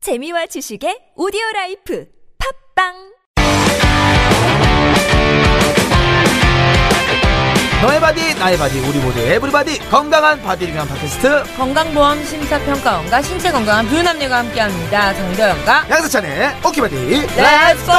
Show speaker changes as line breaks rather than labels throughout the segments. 재미와 지식의 오디오 라이프 팝빵
너의 바디, 나의 바디, 우리 모두 에브리바디 건강한 바디를 위한 팟캐스트
건강보험 심사평가원과 신체 건강한 뷰남녀가 함께합니다. 정도영과
양세찬의 오키바디
렛츠고!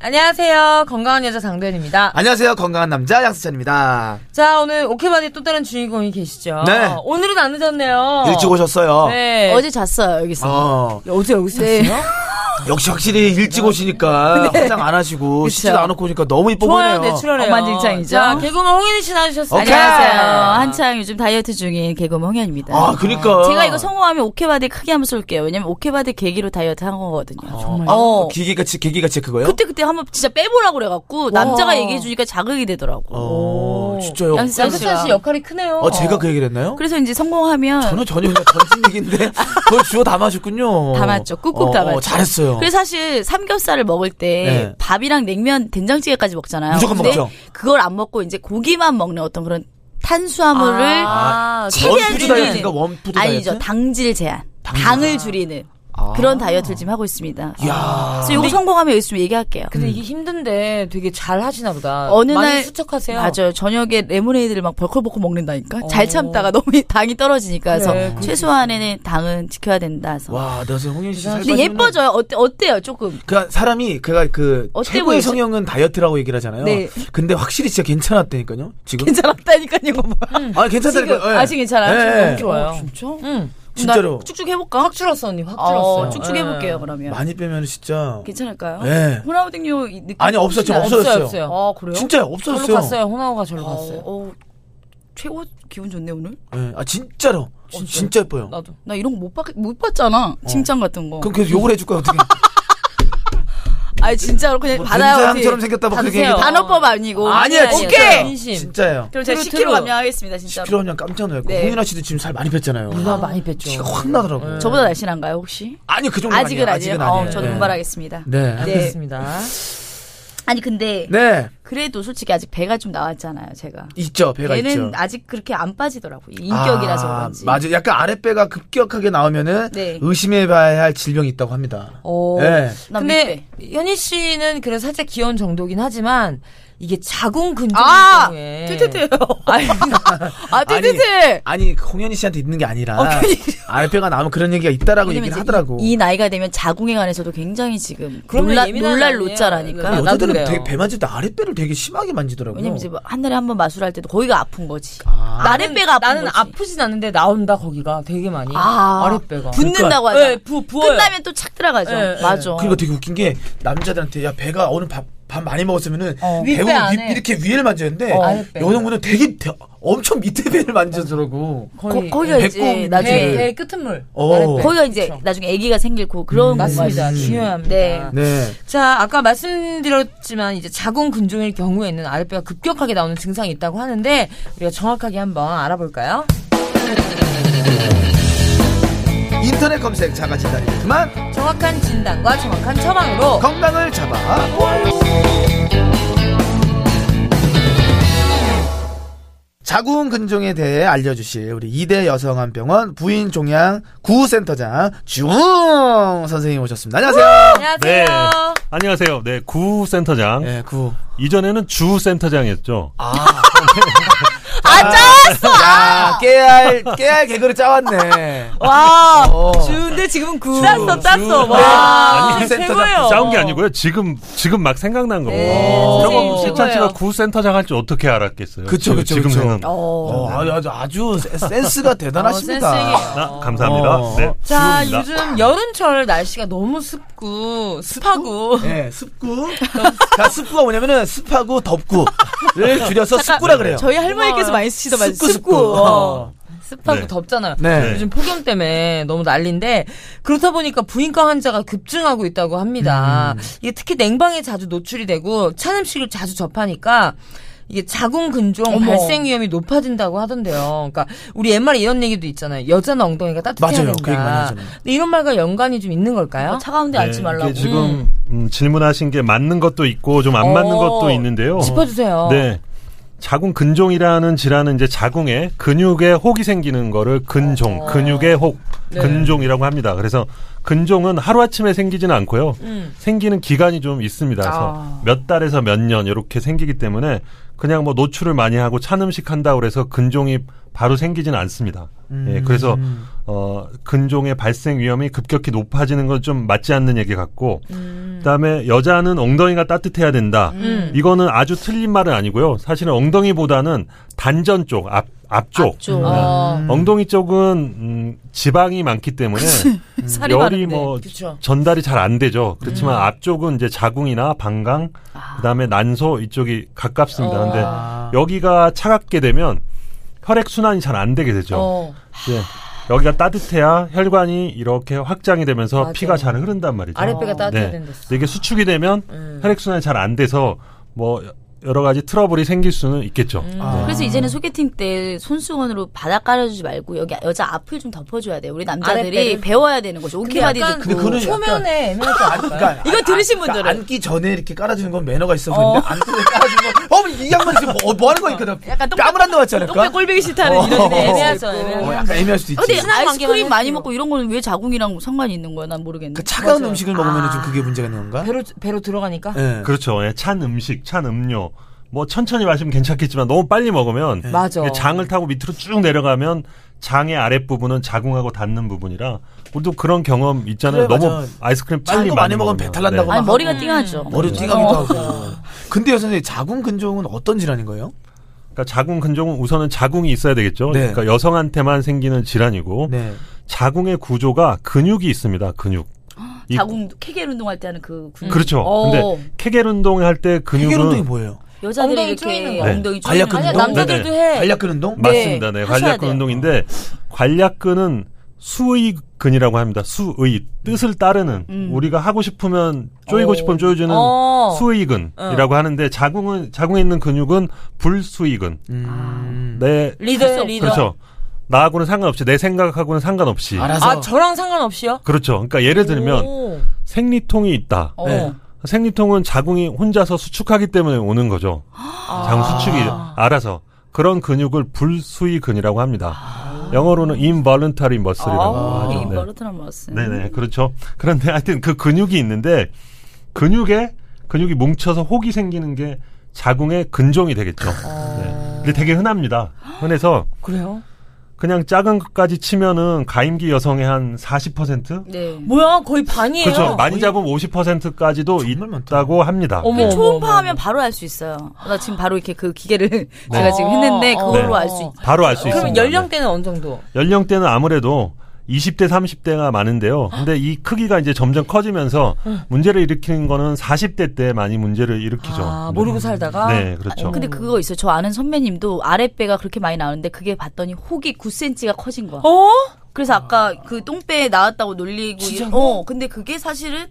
안녕하세요. 건강한 여자 장도연입니다.
안녕하세요 건강한 남자 양세찬입니다
자, 오늘 오케바디 또 다른 주인공이 계시죠?
네.
오늘은 안 늦었네요.
일찍 오셨어요
네.
어제 잤어요 여기서.
어
어제 여기서 잤어요?
역시 확실히 일찍 오시니까
네.
화장 안 하시고 씻지도 않고 오니까 너무 이뻐
좋아요,
보이네요
내추럴해요.
엄만질창이죠?
자, 개그맨 홍현희 씨 나와주셨어요.
오케이.
어, 안녕하세요. 네, 한창 요즘 다이어트 중인 개그맨 홍현입니다.
아 그니까
제가 이거 성공하면 오케바디 크게 한번 쏠게요. 왜냐면 오케바디 계기로 다이어트 한 거거든요.
정말
어.
기계가 치- 계기가 제 그거요?
그때 그때 한번 진짜 빼보라고 그래갖고 남자가 얘기해 주니까 자극이 되더라고.
어 진짜요?
양세찬
양세찬 씨 역할이 크네요.
어 제가 그 얘기를 했나요?
그래서 이제 성공하면
저는 전혀 그냥 던진 얘기인데 그걸 주워 담아줬군요
담았죠. 꾹꾹
어,
담았죠.
어, 잘했어요
그래서 사실 삼겹살을 먹을 때
네.
밥이랑 냉면, 된장찌개까지 먹잖아요.
무조건
근데
먹죠.
그걸 안 먹고 이제 고기만 먹는 어떤 그런 탄수화물을
아,
최대한
원푸드
줄이는
다이어트인가? 원푸드
아니죠.
다이어트?
당질 제한.
당질.
당을 줄이는
아.
그런 다이어트를 지금 하고 있습니다.
아.
이야
그래서 요거 성공하면 여기 있으면 얘기할게요. 음,
음.
근데 이게 힘든데 되게 잘 하시나 보다.
어느
그, 많이
날-
수척하세요. 어.
맞아요. 저녁에 레모네이드를 막 벌컥벌컥 먹는다니까. 잘 참다가 너무 당이 떨어지니까 그래서
네, 그래, 그럴
최소한에는 당은 지켜야 된다. 해서.
와 내가 지금 홍현 씨 살.
네, 근데 예뻐져요. 어때 어때요?
음.
조금.
그 사람이 그가 그
어때
최고의
보이죠?
성형은 다이어트라고 얘기를 하잖아요.
네.
근데 확실히 진짜 괜찮았다니까요. 지금
괜찮았다니까요. 이거 뭐야.
음,
아 괜찮다니까요.
지금
예.
아직 괜찮아요?
예,
지금
예.
너무 좋아요.
어,
진짜?
응.
진짜로
쭉쭉 해볼까?
확 줄었어, 언니. 확 줄었어요.
어, 쭉쭉 해볼게요. 그러면
많이 빼면 진짜
괜찮을까요? 어,
예.
호나우딩요 이 느낌.
아니, 없어요. 지금
혹시
없어요. 없어졌어요.
없어요.
나요? 아 그래요?
진짜
절로
없어졌어요.
갔어요. 호나우가 절로
어,
갔어요.
어, 최고 기분 좋네 오늘.
예. 아 진짜로 진- 진짜 예뻐요.
나도.
나 이런 거 못 봤, 못 봤잖아. 칭찬 같은 거.
어. 그럼 계속 욕을 해줄 거야 어떻게?
아니, 진짜로 그냥
뭐
받아요. 어디.
된장처럼 생겼다 막 그게
받으세요.
얘기-
단어법 아니고.
아니야,
아니,
진짜.
아니에요.
오케이!
진심.
진짜예요.
그럼 제가
트루,
10kg
트루.
감량하겠습니다, 진짜.
10kg 그냥 깜짝 놀랐고
네.
홍윤아 씨도 지금 살 많이 뺐잖아요.
누나 많이 뺐죠.
키가 확 나더라고요.
저보다 날씬한가요, 혹시?
아니 그 정도
아직은
아니에요.
아니에요.
아직은
어,
아니에요.
저도
네.
분발하겠습니다.
네.
네.
알겠습니다.
아니, 근데
네.
그래도 솔직히 아직 배가 좀 나왔잖아요, 제가.
있죠 배가
얘는
있죠.
아직 그렇게 안 빠지더라고. 요 인격이라서
아,
그런지.
맞아. 약간 아랫배가 급격하게 나오면은
네.
의심해봐야 할 질병이 있다고 합니다.
어.
예.
난
근데
밑배.
현희 씨는 그래서 살짝 귀여운 정도긴 하지만 이게 자궁 근종
아!
경우에
뚜뚜뚜요.
아니,
아, 뜨뜨뜨!
아니 홍현희 씨한테 있는 게 아니라
어,
아랫배가 나오면 그런 얘기가 있다라고 얘기를 하더라고.
이 나이가 되면 자궁에 관해서도 굉장히 지금
그럼요,
놀라,
예민한
놀랄
아이예요.
노자라니까.
아, 나도
여자들은
그래요.
되게 배 만질 때 아랫배를 되게 심하게 만지더라고요.
왜냐면 이제 뭐한 달에 한 번 마술할 때도 거기가 아픈 거지.
아.
나는 배가 아픈
나는
거지.
아프진 않는데 나온다 거기가 되게 많이
아.
아, 랫배가
붙는다고
그러니까,
하잖아.
예, 부- 부어요.
끝나면 또 착 들어가죠.
예, 예.
맞아.
그리고 되게 웃긴 게 남자들한테 야 배가 오늘 밥, 밥 많이 먹었으면은
어.
윗배
배고
안에.
이렇게 위를 만졌는데
어, 아랫배.
여성분은 되게 대- 엄청 밑에 배를 만지더라고.
거,
거의 예,
거기가
배꼽
이제
배,
나중에
밑에.
배 끝물
어.
아랫배.
거기가 이제
네. 그쵸.
나중에 아기가 생길 고 그런 거
그렇죠. 음. 맞습니다. 중요합니다.
네.
네.
자, 아까 말씀드렸지만 이제 자궁 근종일 경우에는 아랫배가 급격하게 나오는 증상이 있다고 하는데 우리가 정확하게 한번 알아볼까요?
인터넷 검색 자가 진단이 그만
정확한 진단과 정확한 처방으로
건강을 잡아. 자궁 근종에 대해 알려주실 우리 이대 여성암병원 부인 종양 구센터장 주웅 선생님 오셨습니다. 안녕하세요.
안녕하세요.
네. 안녕하세요. 네, 구 센터장.
네,
예, 구.
이전에는 주 센터장이었죠.
아, 짜왔어!
야, 깨알 깨알 개그를 짜왔네.
와,
어.
주인데 지금은 구.
땄어, 땄어.
주-
와,
아니, 센터장
최고예요.
싸운 게 아니고요. 지금 지금 막 생각난 거고. 어,
네,
저거
선생님
세찬 씨가
최고예요.
구 센터장 할 줄 어떻게 알았겠어요.
그쵸, 그쵸,
지금
그쵸.
생각.
어, 아주 아주 아주 센- 센스가 대단하십니다.
네. 어, 센스쟁이에요.
나 감사합니다.
어.
네.
자,
주입니다.
요즘 여름철 날씨가 너무 습고 습하고
예, 습구. 자, 습구가 뭐냐면은 습하고 덥구를 줄여서 습구라 그래요.
저희
네.
할머니께서 많이 쓰시던 말
습구, 습구.
습구.
어.
그, 습하고
네.
덥잖아요.
네.
요즘 폭염 때문에 너무 난리인데 그렇다 보니까 부인과 환자가 급증하고
음.
있다고 합니다. 이게 특히 냉방에 자주 노출이 되고 찬 음식을 자주 접하니까 이게 자궁 근종
어머.
발생 위험이 높아진다고 하던데요. 그러니까 우리 옛말에 이런 얘기도 있잖아요. 여자는 엉덩이가 따뜻해야
맞아요.
된다.
그 얘기 많이 하잖아요.
근데 이런 말과 연관이 좀 있는
뭐
걸까요?
차가운데 앉지 말라고.
네. 이게 지금 음, 질문하신 게 맞는 것도 있고 좀 안 맞는
어,
것도 있는데요.
짚어주세요.
네. 자궁 근종이라는 질환은 이제 자궁에 근육에 혹이 생기는 거를
어.
근종, 근육의 혹,
네.
근종이라고 합니다. 그래서 근종은 하루아침에 생기지는 않고요.
음.
생기는 기간이 좀 있습니다. 그래서
아.
몇 달에서 몇 년 이렇게 생기기 때문에 그냥 뭐 노출을 많이 하고 찬 음식 한다고 그래서 근종이 바로 생기지는 않습니다.
음.
예, 그래서 어, 근종의 발생 위험이 급격히 높아지는 건 좀 맞지 않는 얘기 같고 그다음에 여자는 엉덩이가 따뜻해야 된다.
음.
이거는 아주 틀린 말은 아니고요. 사실은 엉덩이보다는 단전 쪽, 앞, 앞쪽.
앞쪽.
어,
음.
엉덩이 쪽은 음, 지방이 많기 때문에
네.
살이
열이
많은데.
뭐
네, 그쵸.
전달이 잘 안 되죠. 그렇지만 앞쪽은 이제 자궁이나 방광, 그다음에 난소 이쪽이 가깝습니다. 근데
아.
여기가 차갑게 되면 혈액 순환이 잘 안 되게 되죠.
어.
예. 여기가 따뜻해야 혈관이 이렇게 확장이 되면서
맞아요.
피가 잘 흐른단 말이죠.
아랫배가 따뜻해야
네.
된댔어.
근데 이게 수축이 되면
음.
혈액 순환이 잘 안 돼서 뭐 여러 가지 트러블이 생길 수는 있겠죠.
음.
아.
그래서 이제는 소개팅 때 손수건으로 바닥 깔아주지 말고 여기 여자 앞을 좀 덮어줘야 돼요. 우리 남자들이
아랫배를?
배워야 되는 거죠. 오키바디
약간 뭐
듣고.
근데 그거는
초면에 애매하지 않을까요?
그러니까
이거 들으신 분들은
그러니까 앉기 전에 이렇게 깔아주는 건 매너가 있어 보이는데 앉기 전에 깔아주는 건 어, 이 양반 지금 뭐, 뭐 하는 거야? 이거는
약간 똥-
뺨을 안 넣었지 않을까?
똥배 꼴보기 싫다는 이런 네,
어.
애매하죠.
애매하죠,
어,
애매하죠.
약간 애매할 수도
아, 근데
있지.
아이스크림
관계만
많이
해도.
먹고 이런 거는 왜 자궁이랑 상관이 있는 거야? 난 모르겠네.
그 차가운
맞아요.
음식을 먹으면 좀 그게 문제가 있는
아?
건가?
배로 배로 들어가니까.
예.
그렇죠. 예, 찬 음식, 찬 음료. 뭐 천천히 마시면 괜찮겠지만 너무 빨리 먹으면
네.
맞아.
이게 장을 타고 밑으로 쭉 내려가면 장의 아랫부분은 자궁하고 닿는 부분이라 우리도 그런 경험 있잖아요.
그래,
너무
맞아.
아이스크림
찬
빨리
거 많이 먹으면 배탈 난다고
아니
막
머리가
하고.
띵하죠. 어.
머리 띵하기도 하고. 어. 근데요, 선생님, 자궁 근종은 어떤 질환인 거예요?
그러니까 자궁 근종은 우선은 자궁이 있어야 되겠죠.
네.
그러니까 여성한테만 생기는 질환이고
네.
자궁의 구조가 근육이 있습니다. 근육. 이-
아, 어. 자궁 케겔 운동할 때 하는 그 근육.
그렇죠.
어.
근데 케겔 운동을 할 때
해결 운동이
근육은
뭐예요?
여자들이
엉덩이
이렇게
조이는
거.
엉덩이
관략
조이는
아니야
운동?
네,
남자들도 해.
반략근 운동?
네,
맞습니다. 네,
하셔야
관략근
돼요.
운동인데 관략근은 수의근이라고 합니다. 수의 뜻을 따르는
음.
우리가 하고 싶으면 쪼이고
오.
싶으면 쪼여주는
어.
수의근이라고 하는데 자궁은 자궁에 있는 근육은 불수의근.
음.
내
리더예요
없죠.
리더.
그렇죠. 나하고는 상관없이 내 생각하고는 상관없이.
알아서.
아 저랑 상관없이요?
그렇죠. 그러니까 예를 들면
오.
생리통이 있다.
어.
네.
생리통은 자궁이 혼자서 수축하기 때문에 오는 거죠.
아.
장 수축이 알아서 그런 근육을 불수의근이라고 합니다. 영어로는 involuntary muscle이라고
아,
하죠. 네.
인버르트란 말씀.
네네 그렇죠. 그런데 하여튼 그 근육이 있는데 근육에 근육이 뭉쳐서 혹이 생기는 게 자궁의 근종이 되겠죠.
아.
네. 근데 되게 흔합니다. 흔해서
그래요?
그냥 작은 것까지 치면은 가임기 여성의 한 40%?
네.
뭐야 거의 반이에요.
그렇죠. 많이 잡으면 50%까지도
정말 많다.
있다고 합니다.
어. 어머.
네.
초음파하면 바로 알 수 있어요. 나 지금 바로 이렇게 그 기계를 제가 지금
어,
했는데
어.
그걸로
네.
알 수 있.
바로 알 수 있습니다.
그러면 연령대는 어느 정도?
네. 연령대는 아무래도 20대, 30대가 많은데요. 근데 이 크기가 이제 점점 커지면서 문제를 일으키는 거는 40대 때 많이 문제를 일으키죠.
아, 모르고 살다가
네, 그렇죠.
근데 그거 있어요. 저 아는 선배님도 아랫배가 그렇게 많이 나오는데 그게 봤더니 혹이 9cm가 커진 거야.
어?
그래서 아까 그 똥배 나왔다고 놀리고
진짜로?
어 근데 그게 사실은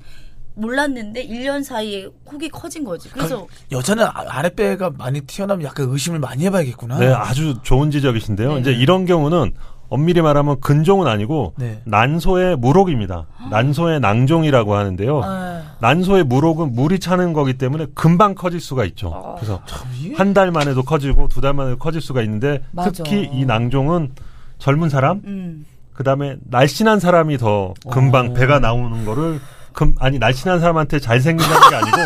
몰랐는데 1년 사이에 혹이 커진 거지. 그래서
여자는 아- 아랫배가 많이 튀어나오면 약간 의심을 많이 해봐야겠구나.
네, 아주 좋은 지적이신데요. 이제
네.
이런 경우는 엄밀히 말하면 근종은 아니고
네.
난소의 무록입니다. 난소의 낭종이라고 하는데요.
네.
난소의 무록은 물이 차는 거기 때문에 금방 커질 수가
아.
있죠. 그래서
이게-
한 달 만에도 커지고 두 달 만에도 커질 수가 있는데
맞아.
특히 이 낭종은 젊은 사람,
음.
그다음에 날씬한 사람이 더 금방 배가 나오는 거를 금 아니 날씬한 사람한테 잘생긴다는 게 아니고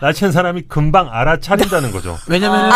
날씬한 사람이 금방 알아차린다는 거죠.
왜냐면은,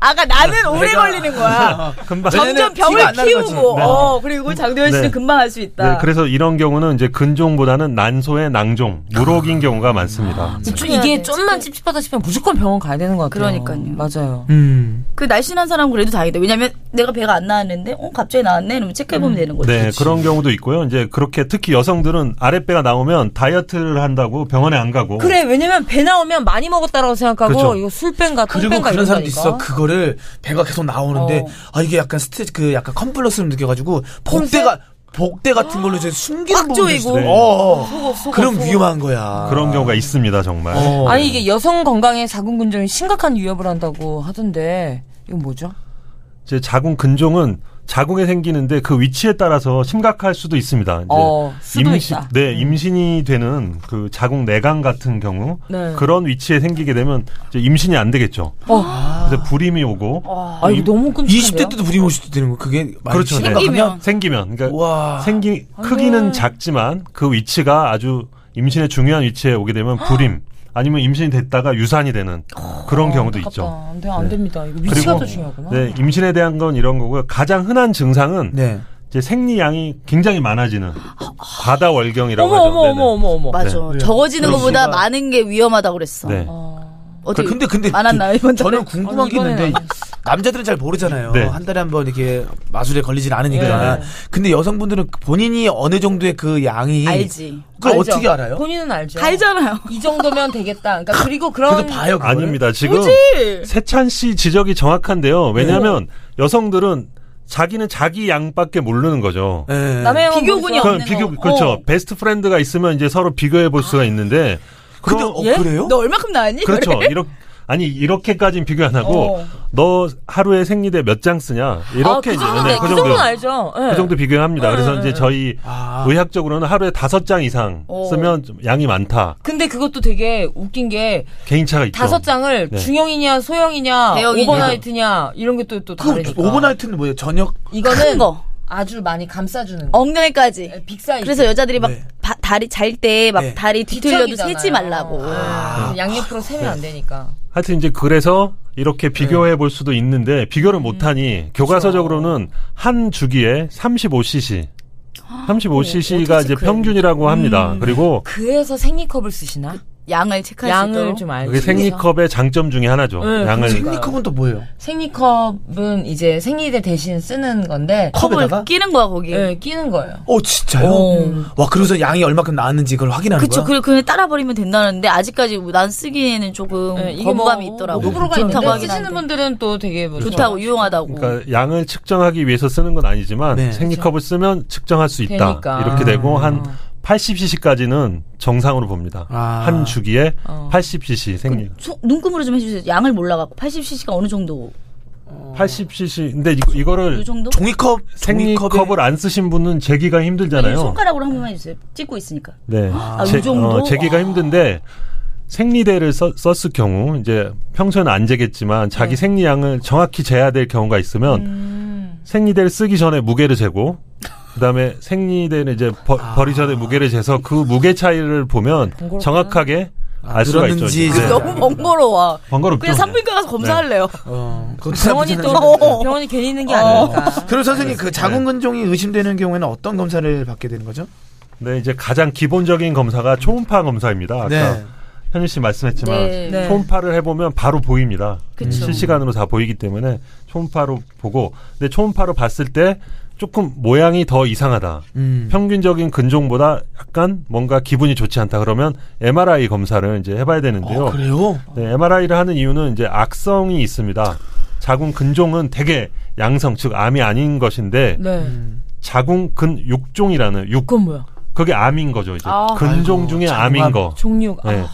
아까 나는 오래 걸리는 거야.
금방
점점
왜냐면 티가 안
병을
나는 거지.
키우고
네.
어 그리고 장도현 씨는
네.
금방 할 수 있다.
네, 그래서 이런 경우는 이제 근종보다는 난소의 낭종, 무록인 경우가 많습니다.
좀
해야
이게
돼.
좀만 찝찝하다 싶으면 무조건 병원 가야 되는 것 같아요.
그러니까요.
맞아요.
뭐.
음.
그 날씬한 사람 은 그래도 다행이다. 왜냐면 내가 배가 안 나왔는데 어 갑자기 나왔네. 그럼 체크해 보면 되는 거지.
네, 그런 경우도 있고요. 이제 그렇게 특히 여성들은 아랫배가 나오면 다이어트를 한다고 병원에 안 가고
그래 왜냐면 배 나오면 많이 먹었다라고 생각하고
그렇죠.
이거 술병과
그리고
통병과
그런
이런
사람도
거니까.
있어. 그거를 배가 계속 나오는데,
어.
아, 이게 약간 스트레스, 그 약간 컴플렉스를 느껴가지고, 복대가, 복대 같은 걸로 이제 숨기는
꽉
부분도 있어요.
조이고.
어.
속옷, 속옷,
그럼
속옷.
위험한 거야.
그런 경우가 있습니다 정말.
어.
아니 이게 여성 건강에 자궁근종이 심각한 위협을 한다고 하던데 이건 뭐죠?
이제 자궁 근종은 자궁에 생기는데 그 위치에 따라서 심각할 수도 있습니다. 이제
어, 수도 있다.
네, 임신이 되는 그 자궁 내강 같은 경우
네.
그런 위치에 생기게 되면 이제 임신이 안 되겠죠.
어.
그래서 불임이 오고
아 이거 너무 끔찍한데요?
20대 때도 부림 오실 때 되는 거 그게 많이
그렇죠.
심각하면
생기면 그러니까
와.
생기 크기는 작지만 그 위치가 아주 임신의 중요한 위치에 오게 되면 불임 아니면 임신이 됐다가 유산이 되는 그런 경우도 있죠.
어, 안돼 안
네.
됩니다. 이거 위치가
그리고
더 중요하구나.
네, 임신에 대한 건 이런 거고요. 가장 흔한 증상은
네.
이제 생리양이 굉장히 많아지는 과다 월경이라고
어머
하죠.
어머
네네.
어머 어머 어머.
맞아.
그래요.
적어지는
그럼
것보다
씨가-
많은 게 위험하다고 그랬어.
네.
어떻게
근데 근데
많았나요,
그-
이번 달에?
저는 궁금한
어,
게 있는데
이번에는
남자들은 잘 모르잖아요.
네.
한 달에 한 번 이렇게 마술에 걸리진 않으니까.
예.
근데 여성분들은 본인이 어느 정도의 그 양이
알지.
그걸
알죠.
어떻게 알아요?
본인은 알죠.
알잖아요.
이 정도면 되겠다. 그러니까 그리고
그래도
그런
봐요. 그거를?
아닙니다. 지금 세찬 씨 지적이 정확한데요.
네.
왜냐하면 여성들은 자기는 자기 양밖에 모르는 거죠.
예.
남의 영혼
비교군이
보면서
그건
없는
비교
거.
그렇죠.
어.
베스트 프렌드가 있으면 이제 서로 비교해 볼
아.
수가 있는데
근데
그럼-
어,
예?
그래요?
너 얼마큼 나왔니?
그렇죠. 이렇게 아니 이렇게까지는 비교 안 하고
어.
너 하루에 생리대 몇 장 쓰냐 이렇게
아, 그
이제
정도
네,
그 정도는 알죠. 예.
그 정도 비교합니다. 그래서
네,
이제
네.
저희
아.
의학적으로는 하루에 다섯 장 이상
어.
쓰면 좀 양이 많다.
근데 그것도 되게 웃긴 게
개인차가 있죠.
다섯 장을
네.
중형이냐 소형이냐
대형이냐.
오버나이트냐 이런 게 또 또
그
다르니까.
오버나이트는 뭐예요? 저녁
이거는
큰 거.
아주 많이 감싸주는 거.
엉덩이까지.
빅 사이즈.
그래서 여자들이 막
네.
바- 다리 잘 때 막
네.
다리 뒤틀려도
뒤척이잖아요.
세지 말라고.
네.
아.
그래서 양옆으로 세면
네.
안 되니까.
하여튼 이제 그래서 이렇게 비교해 볼 수도 있는데 비교를 못
음.
하니 교과서적으로는
그렇죠.
한 주기에 35cc
아, 네,
35cc가 이제 평균이라고 합니다.
음.
그리고
그래서 생리컵을 쓰시나?
양을 체크할 수
양을
있도록.
좀 아, 알지.
그게 생리컵의 장점 중에 하나죠.
네,
양을
생리컵은 또 뭐예요?
생리컵은 이제 생리대 대신 쓰는 건데
컵을
컵에다가?
끼는 거야 거기.
예, 끼는 거예요.
어 진짜요? 와 그래서 양이 얼마큼 나왔는지 그걸 확인하는
그쵸.
거야?
그리고 그냥 따라 버리면 된다는데 아직까지 뭐난 쓰기에는 조금
예, 이게
거부감이
뭐
있더라고.
호불호가
좋다고
있는데
하긴
쓰시는
한데.
분들은 또 되게 뭐
좋다고 유용하다고.
그러니까 양을 측정하기 위해서 쓰는 건 아니지만
네.
생리컵을 쓰면 측정할 수
그렇죠.
있다.
되니까.
이렇게 되고 한
어.
80cc까지는 정상으로 봅니다.
아.
한 주기에
어. 그,
80cc 생리.
소- 눈금으로 좀 해주세요. 양을 몰라갖고 80cc가 어느 정도?
어.
80cc. 근데 이, 이거를
요 정도?
종이컵
생리컵을 안 쓰신 분은 재기가
아니,
힘들잖아요.
손가락으로 아, 한 번만 해주세요. 찍고 있으니까.
네.
이 정도?
재기가
와.
힘든데 생리대를 써- 썼을 경우 이제 평소에는 안 재겠지만 자기
네.
생리양을 정확히 재야 될 경우가 있으면
음.
생리대를 쓰기 전에 무게를 재고 그다음에 생리대는 이제 버, 버리 전에 무게를 재서 그 무게 차이를 보면
번거롭구나.
정확하게 알 수가 있죠.
늘었는지
이제. 네.
이제.
너무 번거로워.
번거롭죠.
그냥 산부인과 가서 검사할래요.
어, 그것도
병원이
나쁘지
또 어. 병원이 괜히 있는
어.
게
네.
아니니까.
그럼 선생님 그 자궁근종이 의심되는 경우에는 어떤 검사를 받게 되는 거죠?
네, 이제 가장 기본적인 검사가 초음파 검사입니다. 아까
네.
현일 씨 말씀했지만
네.
네.
초음파를 해보면 바로 보입니다.
그쵸.
실시간으로 다 보이기 때문에 초음파로 보고, 근데 초음파로 봤을 때 조금 모양이 더 이상하다.
음.
평균적인 근종보다 약간 뭔가 기분이 좋지 않다. 그러면 MRI 검사를 이제 해봐야 되는데요.
어, 그래요?
네, MRI를 하는 이유는 이제 악성이 있습니다. 자궁 근종은 되게 양성, 즉 암이 아닌 것인데
네.
자궁 근육종이라는 육
그건 뭐야?
그게 암인 거죠 이제
아.
근종
아이고,
중에
자궁암.
암인 거.
종류.
네.
아.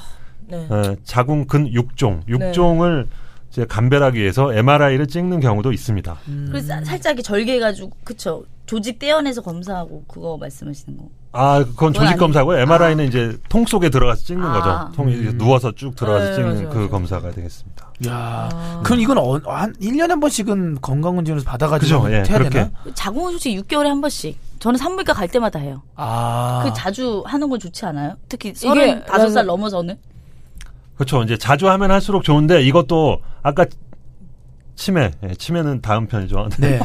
네.
어, 자궁 근육종, 육종을 이제 감별하기 위해서 MRI를 찍는 경우도 있습니다.
음.
네.
그래서 사- 살짝 이렇게 절개해가지고 그쵸 조직 떼어내서 검사하고 그거 말씀하시는 거.
아, 그건 조직
아니-
검사고요. MRI는 이제 통 속에 들어가서 찍는
아.
거죠. 통
음.
이제 누워서 쭉 들어가서
네,
찍는
맞아요,
그
맞아요.
검사가 되겠습니다.
야, 그럼 이건 어, 한 1년에 한 번씩은 건강검진에서 받아가지고
그죠, 예,
해야 되나?
그렇게.
자궁은 솔직히 6개월에 한 번씩. 저는 산부인과 갈 때마다 해요.
아,
그 자주 하는 건 좋지 않아요? 특히
맞아.
35살 넘어서는.
그렇죠. 이제 자주 하면 할수록 좋은데 이것도 아까 치매, 예, 치매는 다음 편이죠. 네.
네.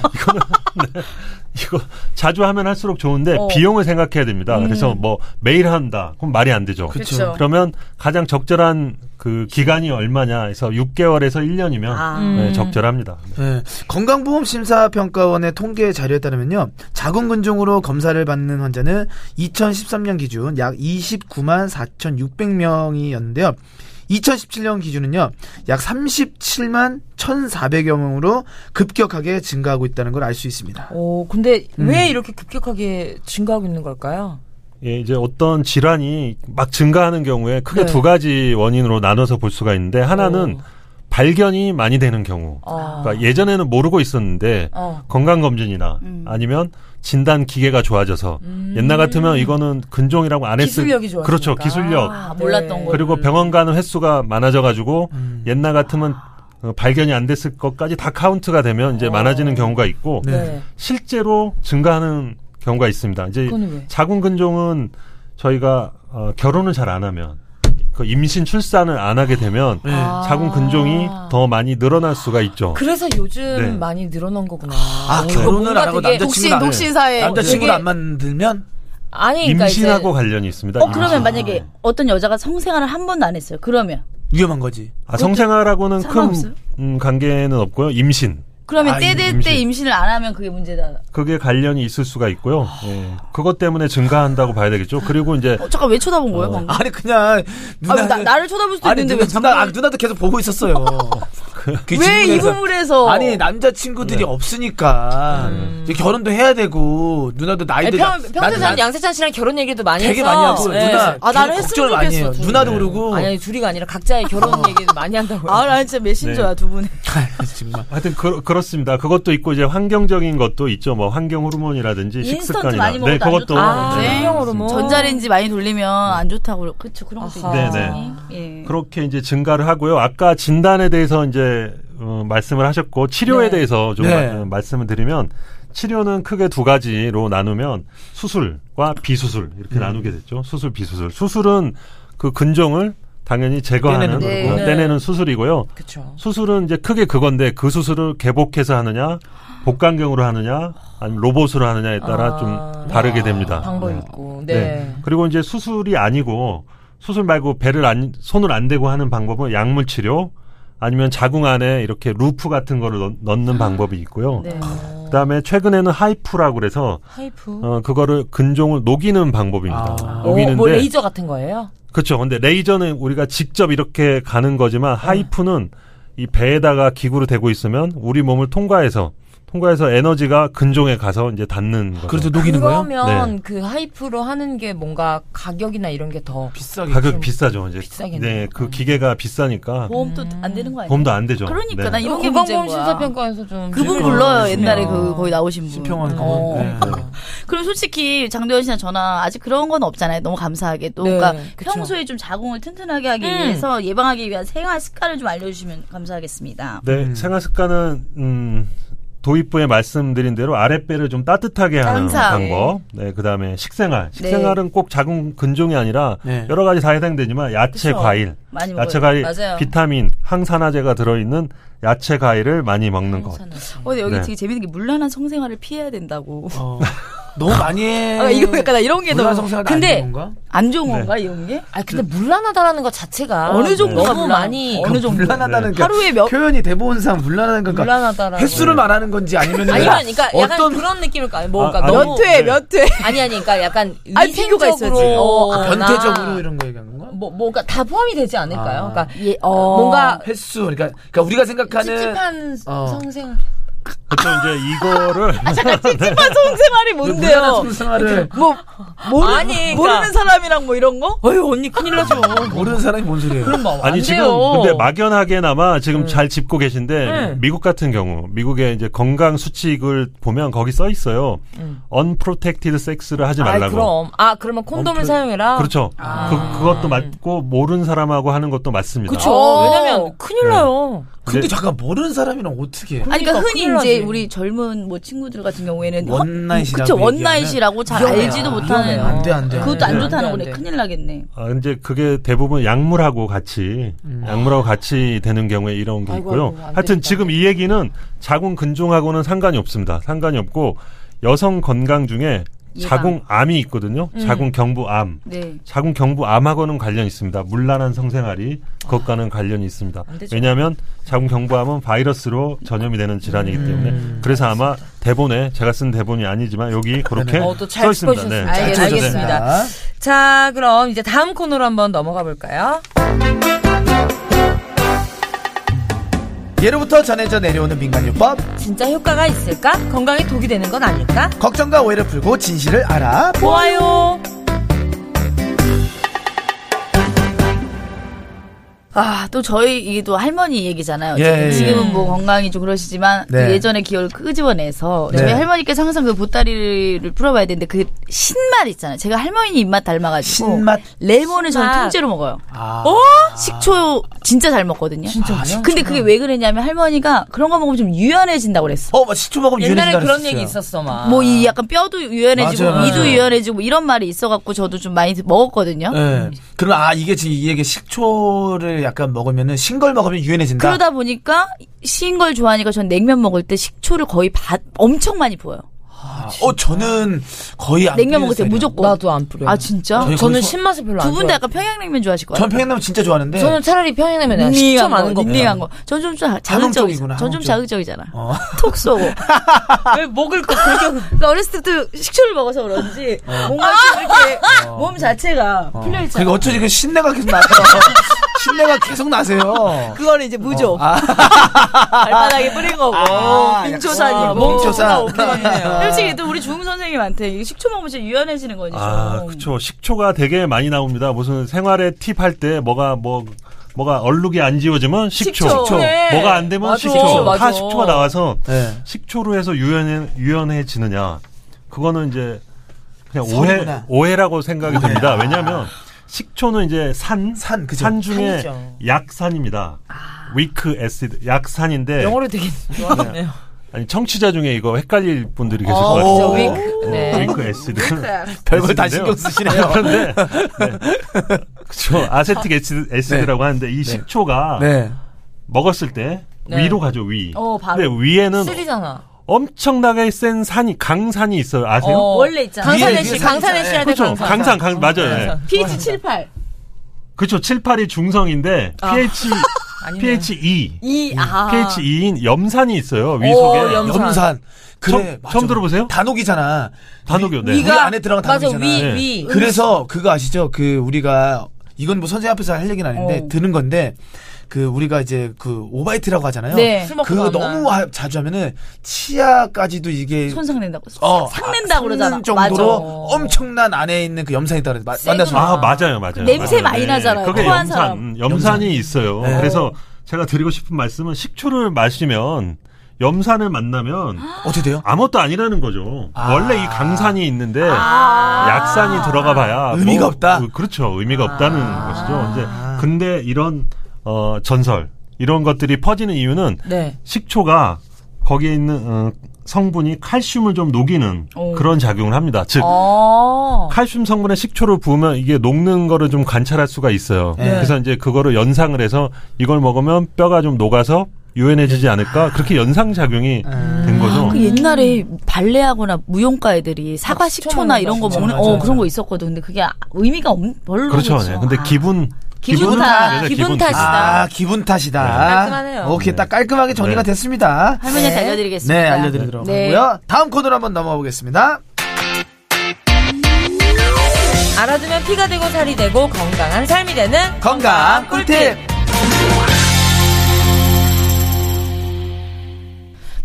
이거 자주 하면 할수록 좋은데
어.
비용을 생각해야 됩니다. 그래서 뭐 매일 한다. 그럼 말이 안 되죠.
그쵸.
그러면 가장 적절한 그 기간이 얼마냐 해서 6개월에서 1년이면 네,
아.
네,
음.
적절합니다.
예. 건강보험심사평가원의 통계 자료에 따르면요. 자궁근종으로 검사를 받는 환자는 2013년 기준 약 29만 4,600명이었는데요. 2017년 기준은요, 약 37만 1,400여 명으로 급격하게 증가하고 있다는 걸 알 수 있습니다.
오, 근데
음.
왜 이렇게 급격하게 증가하고 있는 걸까요?
예, 이제 어떤 질환이 막 증가하는 경우에
네.
크게 두 가지 원인으로 나눠서 볼 수가 있는데 하나는
오.
발견이 많이 되는 경우.
아.
그러니까 예전에는 모르고 있었는데
어.
건강검진이나
음.
아니면 진단 기계가 좋아져서 옛날 같으면 이거는 근종이라고 안 했을
기술력이 좋아지니까. 네. 음.
그렇죠 기술력
아, 몰랐던 거.
그리고 병원 가는 횟수가 많아져가지고 옛날 같으면 어, 발견이 안 됐을 것까지 다 카운트가 되면 이제 많아지는 경우가 있고
어. 네.
실제로 증가하는 경우가 있습니다. 이제
그건 왜?
자궁 근종은 저희가 어, 결혼을 잘 안 하면 그 임신 출산을 안 하게 되면
아.
자궁 근종이 더 많이 늘어날 수가 있죠.
그래서 요즘
네.
많이 늘어난 거구나.
아,
오.
결혼을
뭔가
안 하고
되게
남자친구를
독신
안
독신사회.
남자친구를
되게-
안 만들면?
아니, 그러니까 이제
임신하고 관련이 있습니다.
어
임신.
아.
그러면 만약에 어떤 여자가 성생활을 한 번도 안 했어요. 그러면
위험한 거지.
아, 성생활하고는 큰
상관없어요?
음, 관계는 없고요. 임신
그러면
아,
때 때 때
임신.
임신을 안 하면 그게 문제다.
그게 관련이 있을 수가 있고요.
아.
예. 그것 때문에 증가한다고 봐야 되겠죠. 그리고 이제
어, 잠깐 왜 쳐다본 거예요 방금?
아니, 그냥,
아,
누나.
왜 나, 나를 쳐다볼 수도
아니,
있는데
누나,
왜
누나, 아, 누나도 계속 보고 있었어요. 그
왜 이
친구에서.
부분에서
아니 남자친구들이 없으니까 이제 결혼도 해야 되고 누나도 나이
아니,
들나
평,
나-
평소에 저는 양세찬 씨랑 결혼 얘기도 많이
되게
해서
많이 하고
네.
누나
아, 나를
되게
했으면
걱정을 많이 해요.
좋겠어, 둘이.
누나도 그러고
아니, 아니 둘이가 아니라 각자의 결혼 얘기도 많이 한다고요.
아, 나 진짜 메신저야
네.
두 분의.
정말
하여튼 그, 그렇습니다. 그것도 있고 이제 환경적인 것도 있죠. 뭐 환경 호르몬이라든지
예, 인스턴트
식습관이나
많이
네,
먹어도 안 네.
그것도
좋다. 아, 환경으로 뭐.
전자레인지 많이 돌리면 안 좋다고 그렇죠 그런 것도
아하.
있죠.
네네.
예.
그렇게 이제 증가를 하고요. 아까 진단에 대해서 이제 어, 말씀을 하셨고 치료에
네.
대해서 좀
네.
마- 어, 말씀을 드리면 치료는 크게 두 가지로 나누면 수술과 비수술
음.
이렇게 나누게 됐죠. 수술 비수술. 수술은 그 근종을 당연히 제거하는
떼내는
떼내는,
거고. 네.
떼내는 수술이고요.
그쵸.
수술은 이제 크게 그건데 그 수술을 개복해서 하느냐 복강경으로 하냐 아니면 로봇으로 하느냐에 따라
아,
좀 다르게 됩니다.
방법
네.
있고.
네.
네.
그리고 이제 수술이 아니고 수술 말고 배를 안 손을 안 대고 하는 방법은 약물 치료 아니면 자궁 안에 이렇게 루프 같은 거를 넣- 넣는 방법이 있고요.
네.
그다음에 최근에는 하이프라고 그래서
하이프.
어 그거를 근종을 녹이는 방법입니다.
아.
오,
녹이는데
뭐 레이저 같은 거예요?
그렇죠. 근데 레이저는 우리가 직접 이렇게 가는 거지만 하이프는 이 배에다가 기구를 대고 있으면 우리 몸을 통과해서 통과해서 에너지가 근종에 가서 이제 닿는 거죠.
그래서 녹이는 거예요?
그러면 그 하이프로 하는 게 뭔가 가격이나 이런 게 더.
비싸게
가격 비싸죠. 이제
비싸겠네요.
네, 그 기계가 비싸니까
보험도 안 되는 거 아니에요?
아, 보험도 안 되죠.
음. 그러니까
네.
난 이런 게 문제인
건강보험
거야.
심사평가에서 좀.
그분
좀
불러요
있으면.
옛날에 그 거기 나오신 분.
신평원 그분.
어.
네.
그럼 솔직히 장도연 씨나 저나 아직 그런 건 없잖아요. 너무 감사하게 또
네,
그러니까
그쵸.
평소에 좀 자궁을 튼튼하게 하기
음.
위해서 예방하기 위한 생활 습관을 좀 알려주시면 감사하겠습니다.
네, 생활 습관은 음 도입부에 말씀드린 대로 아랫배를 좀 따뜻하게 하는
항상.
방법. 네, 그다음에 식생활. 식생활은 꼭 자궁 근종이 아니라
네.
여러 가지 다 해당되지만 야채,
그쵸.
과일,
많이 먹어요.
야채 과일
맞아요.
비타민, 항산화제가 들어 있는 야채 과일을 많이 먹는 것.
어, 근데 여기
네.
되게 재밌는 게 물란한 성생활을 피해야 된다고.
어, 너무 많이 해.
아, 이거 약간 나 이런 게
문화
너무.
네. 성사가
근데
아닌 건가?
안 좋은 건가 이런 게?
아 근데 물란하다라는 것 자체가
어느 정도가
너무
물란-
많이
어느 정도?
불란하다는 게
하루에 몇-
표현이 대본상 불란하다는 건가?
물란하다라는
횟수를 말하는 건지 아니면
아니면 그러니까 약간
어떤
그런 느낌일까요? 뭐 그러니까
아, 아니.
너무
몇 회, 몇
회?
아니 아니 그러니까 약간
아니, 비교가
위생적으로
있어야지.
어,
아,
나-
변태적으로 이런 거 얘기한 건가?
뭐 뭔가 다 포함이 되지 않을까요?
아.
그러니까
예,
뭔가
횟수 그러니까, 그러니까 우리가 생각하는
찝찝한
어.
성생
보통 이제 이거를
아, 찝찝한 성생활이
불란한 성생활을
뭐 모르,
아니, 그러니까-
모르는 사람이랑 뭐 이런 거?
어휴 언니 큰일 나죠.
모르는 사람이 뭔 소리예요?
그럼 뭐
아니
안
지금
돼요.
근데 막연하게나마 지금 잘 짚고 계신데
네.
미국 같은 경우 미국의 이제 건강 수칙을 보면 거기 써 있어요. unprotected sex를 하지
음. 아이,
말라고.
그럼 아 그러면 콘돔을
엄청-
사용해라. 아.
그렇죠. 그, 그것도 맞고 모르는 사람하고 하는 것도 맞습니다.
그렇죠.
어.
왜냐면 큰일 나요.
근데
근데-
잠깐 모르는 사람이랑 어떻게? 해?
아니 그러니까
그러니까
흔히
큰일
이제
나지.
우리 젊은 뭐 친구들 같은 경우에는
원나잇이라고
그쵸
얘기하면
원나잇이라고 잘
위험해요.
네. 알지도
위험해요.
못하는
안 돼, 안 돼.
그것도 아, 안
네.
좋다는
아, 안 돼,
거네
안 돼.
큰일 나겠네
아, 이제 그게 대부분 약물하고 같이 약물하고 같이 되는 경우에 이런 게
음. 아이고,
있고요.
아이고, 안
하여튼
되겠다.
지금 이 얘기는 자궁 근종하고는 상관이 없습니다. 상관이 없고 여성 건강 중에
예방.
자궁암이 있거든요.
음.
자궁경부암.
네.
자궁경부암하고는 관련이 있습니다. 물란한 성생활이 그것과는 관련이 있습니다.
안 되죠.
왜냐하면 자궁경부암은 바이러스로 전염이 되는 질환이기
음.
때문에 그래서 아마 대본에 제가 쓴 대본이 아니지만 여기 그렇게
어, 또
써
잘
있습니다. 네.
짚어주셨어요.
잘
네,
예,
써주셨어요.
알겠습니다. 자, 그럼 이제 다음 코너로 한번 넘어가 볼까요?
예로부터 전해져 내려오는 민간요법
진짜 효과가 있을까? 건강에 독이 되는 건 아닐까?
걱정과 오해를 풀고 진실을 알아
좋아요.
아, 또 저희 이게 또 할머니 얘기잖아요.
예,
지금은
예.
뭐 건강이 좀 그러시지만
네.
그 예전의 기억을 끄집어내서
네.
저희 할머니께서 항상 그 보따리를 풀어봐야 되는데 그 신맛 있잖아요. 제가 할머니 입맛 닮아가지고
신맛.
레몬을 저는
신맛.
통째로 먹어요.
아.
식초 진짜 잘 먹거든요.
진짜.
근데 그게 왜 그랬냐면 할머니가 그런 거 먹으면 좀 유연해진다고 그랬어.
어, 막 식초 먹으면
옛날에
유해진다
그런
그랬어요.
얘기 있었어, 막.
뭐 이 약간 뼈도 유연해지고
맞아요, 맞아요.
이도 유연해지고 뭐 이런 말이 있어갖고 저도 좀 많이 먹었거든요.
예. 그러면 아 이게 지금 이게 식초를 약간 먹으면은 신걸 먹으면 유연해진다.
그러다 보니까 신 걸 좋아하니까 전 냉면 먹을 때 식초를 거의 바, 엄청 많이 부어요.
아, 어 저는 거의 안 뿌리는
냉면 먹을 때
스타일이에요. 어,
무조건.
나도 안 뿌려.
아 진짜?
저희
네. 저는
거기서-
신맛을 별로 안
두 분
좋아해요.
다 약간 평양냉면 좋아하실 것
전
같아요.
평양냉면 진짜 좋아하는데.
저는 차라리 평양냉면 아니라 식초 많은 거.
닝닝한 거. 전 좀
한옥적이구나,
자극적이잖아. 전좀
한옥적.
자극적이잖아.
어.
톡 쏘고.
왜 먹을 거 그렇게
그러니까 어렸을 때도 식초를 먹어서 그런지 뭔가 좀 이렇게 몸 자체가 풀려 있잖아.
그리고 어쩌지 그 신내가 계속 나서 신내가 계속 나세요.
그거는 이제 무조.
아.
발바닥에 뿌린 거고. 뭐,
아,
빙초산이.
약간
뭐.
빙초산.
오픈이네요. 솔직히 또 우리 중국 선생님한테 이게 식초 먹으면 진짜 유연해지는 거지.
아,
좀.
그쵸. 식초가 되게 많이 나옵니다. 무슨 생활에 팁 할 때 뭐가 뭐 뭐가 얼룩이 안 지워지면 식초,
식초.
네.
뭐가 안 되면
맞아.
식초,
맞아.
다 식초가 나와서
네.
식초로 해서 유연해, 유연해지느냐 그거는 이제 그냥 오해
선이구나.
오해라고 생각이 됩니다. 왜냐하면 식초는 이제 산,
산, 그죠.
산 중에
산이죠. 아.
약산입니다. 위크 에시드 약산인데
영어를 되게 좋아하네요.
아니 청취자 중에 이거 헷갈릴 분들이 계실
어,
것
진짜
같아요.
오.
윙크.
어,
네.
위크 에시드.
별걸 다 신경
에시드인데요.
쓰시네요.
그런데 그렇죠. 아세틱 에시드, 에시드라고 하는데 이 식초가
네.
먹었을 때
네.
위로 가죠 위.
어, 바로.
근데 위에는
쓰리잖아.
엄청나게 센 산이 강산이 있어요. 아세요?
어.
원래 있잖아.
위에,
강산의
위에
씨, 강산의
살짝,
씨야 돼,
그렇죠.
강산.
강산, 강 맞아요. 예.
pH 78.
그렇죠. 7, 8이 중성인데 pH
아. 아니네.
pH 2.
이, 아.
pH 2인 염산이 있어요. 위
오,
속에.
염- 염산.
염산. 그래.
처음-
맞아.
처음 들어보세요?
단옥이잖아.
단옥이요, 네.
위 안에 들어간
맞아,
단옥이잖아.
위,
네.
위.
그래서 그거 아시죠? 그 우리가 이건 뭐 선생님 앞에서 할 얘기는 아닌데
어.
드는 건데 그 우리가 이제 그 오바이트라고 하잖아요.
네.
술 먹고
그거
만나요.
너무 하- 자주 하면은 치아까지도 이게
손상낸다고.
어,
상낸다고 그러잖아.
삭는 정도로
맞아.
엄청난 안에 있는 그 염산이 따라 마-
세구나.
만나서
아 맞아요, 맞아요.
그 냄새
맞아요. 네,
많이 나잖아요.
그게
토한
염산,
사람.
음, 염산이 있어요.
네.
그래서 제가 드리고 싶은 말씀은 식초를 마시면 염산을 만나면
어떻게 돼요?
아무것도 아니라는 거죠.
아.
원래 이 강산이 있는데
아.
약산이 들어가 봐야
의미가 없다?
그- 그렇죠. 의미가 없다는
아.
것이죠. 이제 근데 이런 어, 전설 이런 것들이 퍼지는 이유는
네.
식초가 거기에 있는 어, 성분이 칼슘을 좀 녹이는 그런 작용을 합니다. 즉
어.
칼슘 성분의 식초를 부으면 이게 녹는 거를 좀 관찰할 수가 있어요.
네.
그래서 이제 그거를 연상을 해서 이걸 먹으면 뼈가 좀 녹아서
네.
유연해지지 않을까 그렇게 연상 작용이
아.
된 거죠.
그 옛날에 발레하거나 무용가 애들이 사과
식초
식초나
먹는
이런
아, 거
거
진짜
먹는
맞아,
어
맞아.
그런 거 있었거든. 근데 그게 아- 의미가 없 별로
그렇죠. 네. 근데 기분
아. 기분
기분은
탓,
다르죠,
기분 탓이다.
아 기분 탓이다.
깔끔하네요.
오케이 딱 깔끔하게 정리가
네.
됐습니다.
할머니한테
네.
알려드리겠습니다.
네 알려드리도록
네.
하고요. 다음 코너로 한번 넘어가 보겠습니다.
알아두면 피가 되고 살이 되고 건강한 삶이 되는
건강 꿀팁.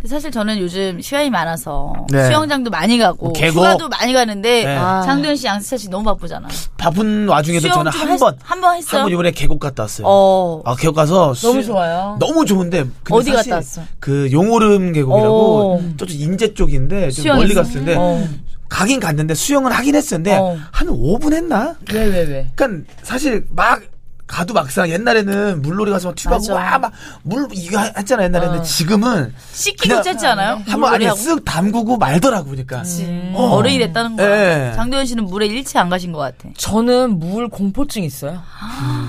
근데 사실 저는 요즘 시간이 많아서
네.
수영장도 많이 가고
계곡.
휴가도 많이 가는데
네.
아. 장도연 씨, 양세찬 씨 너무 바쁘잖아.
바쁜 와중에도
수영
저는
좀
한
했-
번,
한번 했어요?
한 번 이번에 계곡 갔다 왔어요.
어.
아 계곡 가서 수-
너무 좋아요.
너무 좋은데 근데
어디
사실
갔다 왔어?
그 용오름 계곡이라고
어.
저쪽 인제 쪽인데 좀
수영했어?
멀리 갔는데
어.
가긴 갔는데 수영을 하긴 했었는데
어.
한 5분 했나?
왜, 왜, 왜?
그러니까 사실 막 가도 막상 옛날에는 물놀이 가서 막 튀고
맞아.
와막물 이거 하- 했잖아 옛날에는 지금은
씻기고 짰지 않아요?
한번 안에
물놀이하고.
쓱 담그고 말더라고 그러니까. 보니까
어. 어른이 됐다는 거야.
예.
장도연 씨는 물에 일체 안 가신 것 같아.
저는 물 공포증 있어요.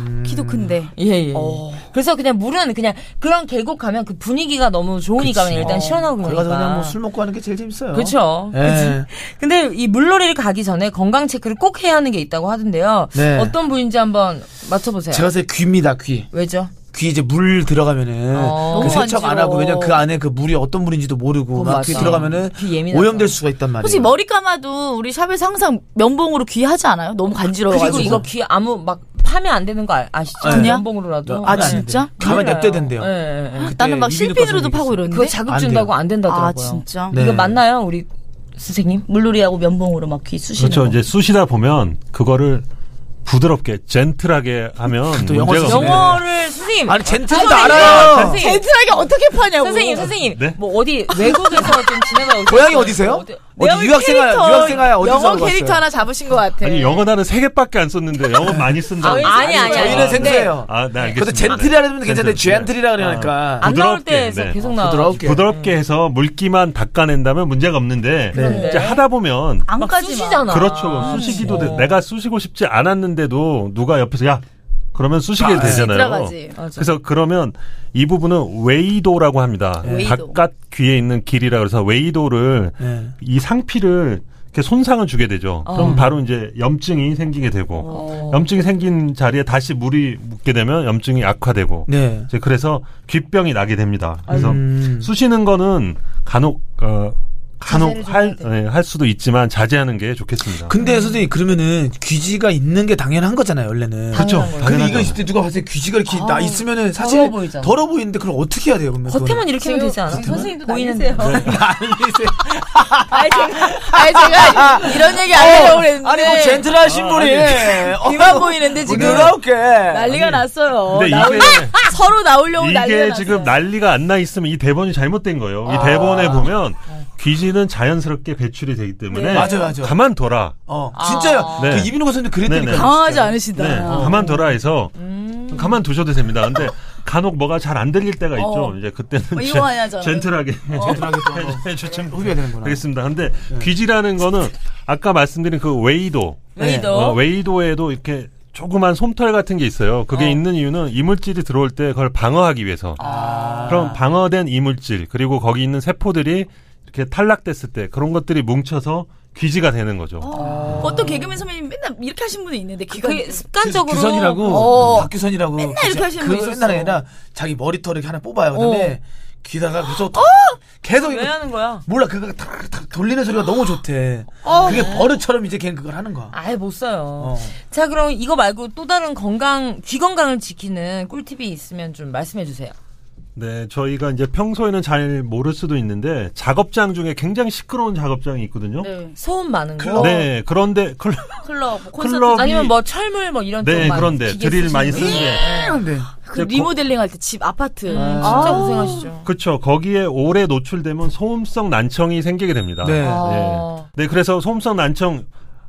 음.
키도 큰데.
어.
예, 예. 그래서 그냥 물은 그냥 그런 계곡 가면 그 분위기가 너무 좋으니까 그냥 일단 시원하고
어. 거기
그러니까.
가서 그냥 뭐 술 먹고 하는 게 제일 재밌어요.
그렇죠.
예.
근데 이 물놀이를 가기 전에 건강 체크를 꼭 해야 하는 게 있다고 하던데요.
네.
어떤 부인지 한번 맞춰보세요.
제가 새 귀입니다 귀.
왜죠?
귀 이제 물 들어가면은
어.
그
너무
세척 안 하고
간지러워.
왜냐 그 안에 그 물이 어떤 물인지도 모르고
그건
막 귀
맞아.
들어가면은
귀 예민하죠.
오염될 수가 있단 말이에요.
혹시 머리 감아도 우리 샵에서 항상 면봉으로 귀 하지 않아요? 너무 간지러워가지고.
그리고 이거 귀 아무 막 파면 안 되는 거 아, 아시죠?
네.
그냥?
연봉으로라도.
하면
아,
안 돼요.
진짜?
가만 냅둬야 된대요.
예, 예, 예.
나는 막 실핀으로도 파고 네, 이러는데.
그거 자극
안
준다고 안 된다더라고요.
아 진짜?
네.
이거 맞나요, 우리 선생님?
물놀이하고 면봉으로 막 귀 쑤시는
그렇죠.
거.
이제 쑤시다 보면 그거를 부드럽게 젠틀하게 하면
또 영어
문제가
쓰시네.
없네요.
영어를 선생님.
아니 젠틀도
선생님,
알아요.
선생님.
젠틀하게 어떻게 파냐고.
선생님, 선생님,
네?
뭐 어디 외국에서 좀 지내다 오셨어요?
고향이 어디세요?
어디-
어디 유학생활 유학생활 어디서
영어
하고
캐릭터
왔어요?
하나 잡으신 것 같아.
아니 영어 단어 세 개밖에 안 썼는데 영어 많이 쓴다.
아, 아니, 아니, 아니.
저희는 생소해요.
아, 네, 알겠습니다.
그래도 젠틀이라 하면 괜찮은데
젠틀,
젠틀이라
네.
그러니까
안 나올
부드럽게,
때에서
네.
계속 나와.
부드럽게.
부드럽게 해서 물기만 닦아낸다면 문제가 없는데
네.
이제 하다 보면
막
안까지 막.
쑤시잖아. 네.
그렇죠. 쑤시기도 돼. 내가 쑤시고 싶지 않았는데도 누가 옆에서 야 그러면 쑤시게 되잖아요.
들어가지.
맞아.
그래서 그러면 이 부분은 웨이도라고 합니다.
네. 웨이도.
바깥 귀에 있는 길이라 그래서 웨이도를
네.
이 상피를 이렇게 손상을 주게 되죠.
어.
그럼 바로 이제 염증이 생기게 되고 염증이 생긴 자리에 다시 물이 묻게 되면 염증이 악화되고
네.
이제 그래서 귓병이 나게 됩니다. 그래서
음.
쑤시는 거는 간혹 어 간혹
자제를 좀
할,
해야 돼요.
예, 할 수도 있지만 자제하는 게 좋겠습니다.
근데 선생님 그러면은 귀지가 있는 게 당연한 거잖아요 원래는.
그렇죠.
근데
당연하죠.
이거 있을 때 누가 봤을 때 귀지가 이렇게 나 있으면은 사실
더러워 보이잖아.
더러워 보이는데 그걸 어떻게 해야 돼요? 그러면
겉에만 이렇게 하면 되지 않아?
선생님도
보이는데.
아니세요?
아니 제가, 어, 아니 제가 이런 얘기 안 하려고 그랬는데.
아니 뭐 젠틀하신 분이 어, 네.
귀만 네. 보이는데 지금
그렇게
난리가 났어요.
근데
나올-
이게
서로 나오려고 난리가
이게
났어요. 아.
지금 난리가 안 나 있으면 이 대본이 잘못된 거예요. 이 대본에 보면 귀지는 자연스럽게 배출이 되기 때문에
네.
맞아 맞아.
가만 둬라.
어
아.
진짜요.
네.
그 이민호 선생님 그랬다니까.
네, 네.
당황하지
네,
않으신다.
가만 둬라 해서 가만 두셔도 됩니다. 근데 간혹 뭐가 잘 안 들릴 때가 있죠.
음. 어.
이제 그때는
어, 이거
젠-
해야 하잖아요.
젠틀하게
젠틀하게 또 한번
해주시면
해줘야 되는구나. 네.
되겠습니다. 근데 귀지라는 거는 아까 말씀드린 그 웨이도
아,
네.
네, 웨이도.
어, 웨이도에도 이렇게 조그만 솜털 같은 게 있어요. 그게 있는 이유는 이물질이 들어올 때 그걸 방어하기 위해서. 그럼 방어된 이물질 그리고 거기 있는 세포들이 이렇게 탈락됐을 때 그런 것들이 뭉쳐서 귀지가 되는 거죠.
어떤 개그맨 선배님 맨날 이렇게 하신 분이 있는데 귀가
그게 습관적으로.
규선이라고
어.
그 박규선이라고 맨날
이렇게 하시는
그
분이
옛날
있었어. 어.
아니라 자기 머리털을 이렇게 하나 뽑아요. 그다음에 귀다가 계속 계속
왜
이렇게
하는 거야?
몰라 그거 탁탁 돌리는 소리가 너무 좋대.
어.
그게 버릇처럼 이제 걔는 그걸 하는 거야.
아예 못 써요.
어.
자, 그럼 이거 말고 또 다른 건강, 귀 건강을 지키는 꿀팁이 있으면 좀 말씀해 주세요.
네, 저희가 이제 평소에는 잘 모를 수도 있는데 작업장 중에 굉장히 시끄러운 작업장이 있거든요. 네,
네.
소음 많은 거.
클럽.
그런데 클럽,
클럽, 뭐 콘서트
클럽이-
아니면 뭐 철물 뭐 이런
네,
쪽만
그런데
기계
드릴 많이
쓰시는
쓰는 게 네.
그런데
그 리모델링 할 때 집 아파트.
분. 진짜 고생하시죠.
그렇죠. 거기에 오래 노출되면 소음성 난청이 생기게 됩니다.
네.
아.
네. 네, 그래서 소음성 난청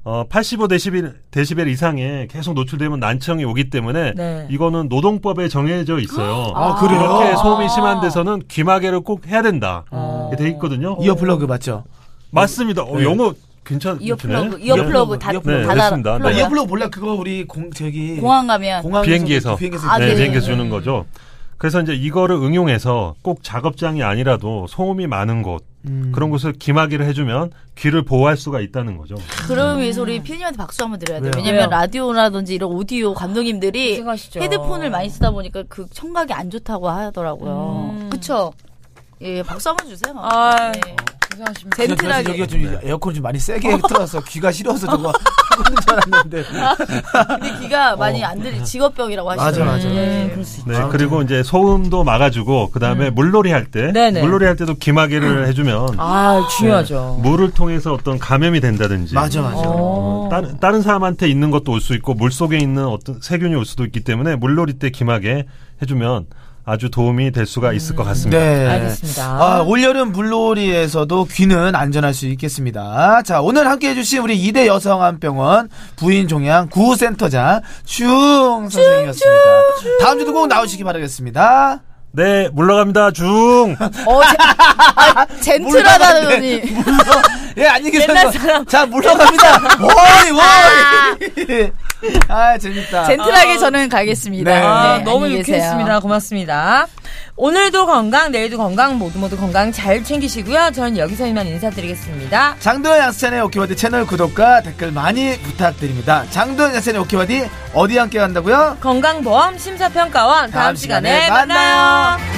어, 85데시벨 데시벨 이상에 계속 노출되면 난청이 오기 때문에
네.
이거는 노동법에 정해져 있어요.
아, 그래요?
이렇게 소음이 심한 데서는 귀마개를 꼭 해야 된다.
어.
이렇게 돼 있거든요.
이어플러그 맞죠?
맞습니다. 어,
네.
영어 괜찮
이어플러그,
네.
이어플러그 다,
이어플러그.
다
네,
달아.
됐습니다. 네.
플러그야.
이어플러그 몰라 그거 우리 공 저기
공항 가면
공항에서 그
비행기에서.
비행기에서
아,
네,
네.
비행기에서 주는 거죠. 그래서 이제 이거를 응용해서 꼭 작업장이 아니라도 소음이 많은 곳
음.
그런 곳을 귀마개를 해주면 귀를 보호할 수가 있다는 거죠.
그럼 이 소리 피디님한테 박수 한번 드려야 돼요.
왜요?
왜요?
왜냐면 라디오라든지 이런 오디오 감독님들이
고생하시죠.
헤드폰을 많이 쓰다 보니까 그 청각이 안 좋다고 하더라고요. 그쵸? 예, 박수 한번 주세요.
음. 아.
네.
고생하십니다.
그래서
젠틀하게.
여기가 좀 에어컨 좀 많이 세게 틀어서 귀가 시려워서 저거 하고 있는 줄 알았는데
근데 귀가 많이 안 들리, 직업병이라고
어. 맞아
하시더라고요.
맞아.
네, 그리고 이제 소음도 막아주고 그다음에 물놀이 할 때
네네.
물놀이 할 때도
음.
귀마개를 해주면
아, 중요하죠.
물을 통해서 어떤 감염이 된다든지
맞아 맞아.
어, 다른 다른 사람한테 있는 것도 올 수 있고 물 속에 있는 어떤 세균이 올 수도 있기 때문에 물놀이 때 귀마개 해주면 아주 도움이 될 수가 있을 것 같습니다.
네.
알겠습니다.
아, 올여름 물놀이에서도 귀는 안전할 수 있겠습니다. 자, 오늘 함께 해주신 우리 이대 여성암병원 부인종양 구호센터장 슝 선생님이었습니다. 다음 주도 꼭 나오시기 바라겠습니다.
네, 물러갑니다. 중.
어, 제, 아, 젠틀하다더니.
물러, 예, 안녕히 계세요. 자, 물러갑니다. 워이, 워이. 아 재밌다.
젠틀하게 저는 가겠습니다.
네.
아,
네,
너무
안녕히 계세요.
유쾌했습니다. 고맙습니다. 오늘도 건강, 내일도 건강, 모두 모두 건강 잘 챙기시고요. 전 여기서 이만 인사드리겠습니다.
장도연 양세찬의 오키바디 채널 구독과 댓글 많이 부탁드립니다. 장도연 양세찬의 오키바디 어디 함께 한다고요?
건강보험 심사평가원 다음,
다음 시간에
시간에
만나요.
만나요.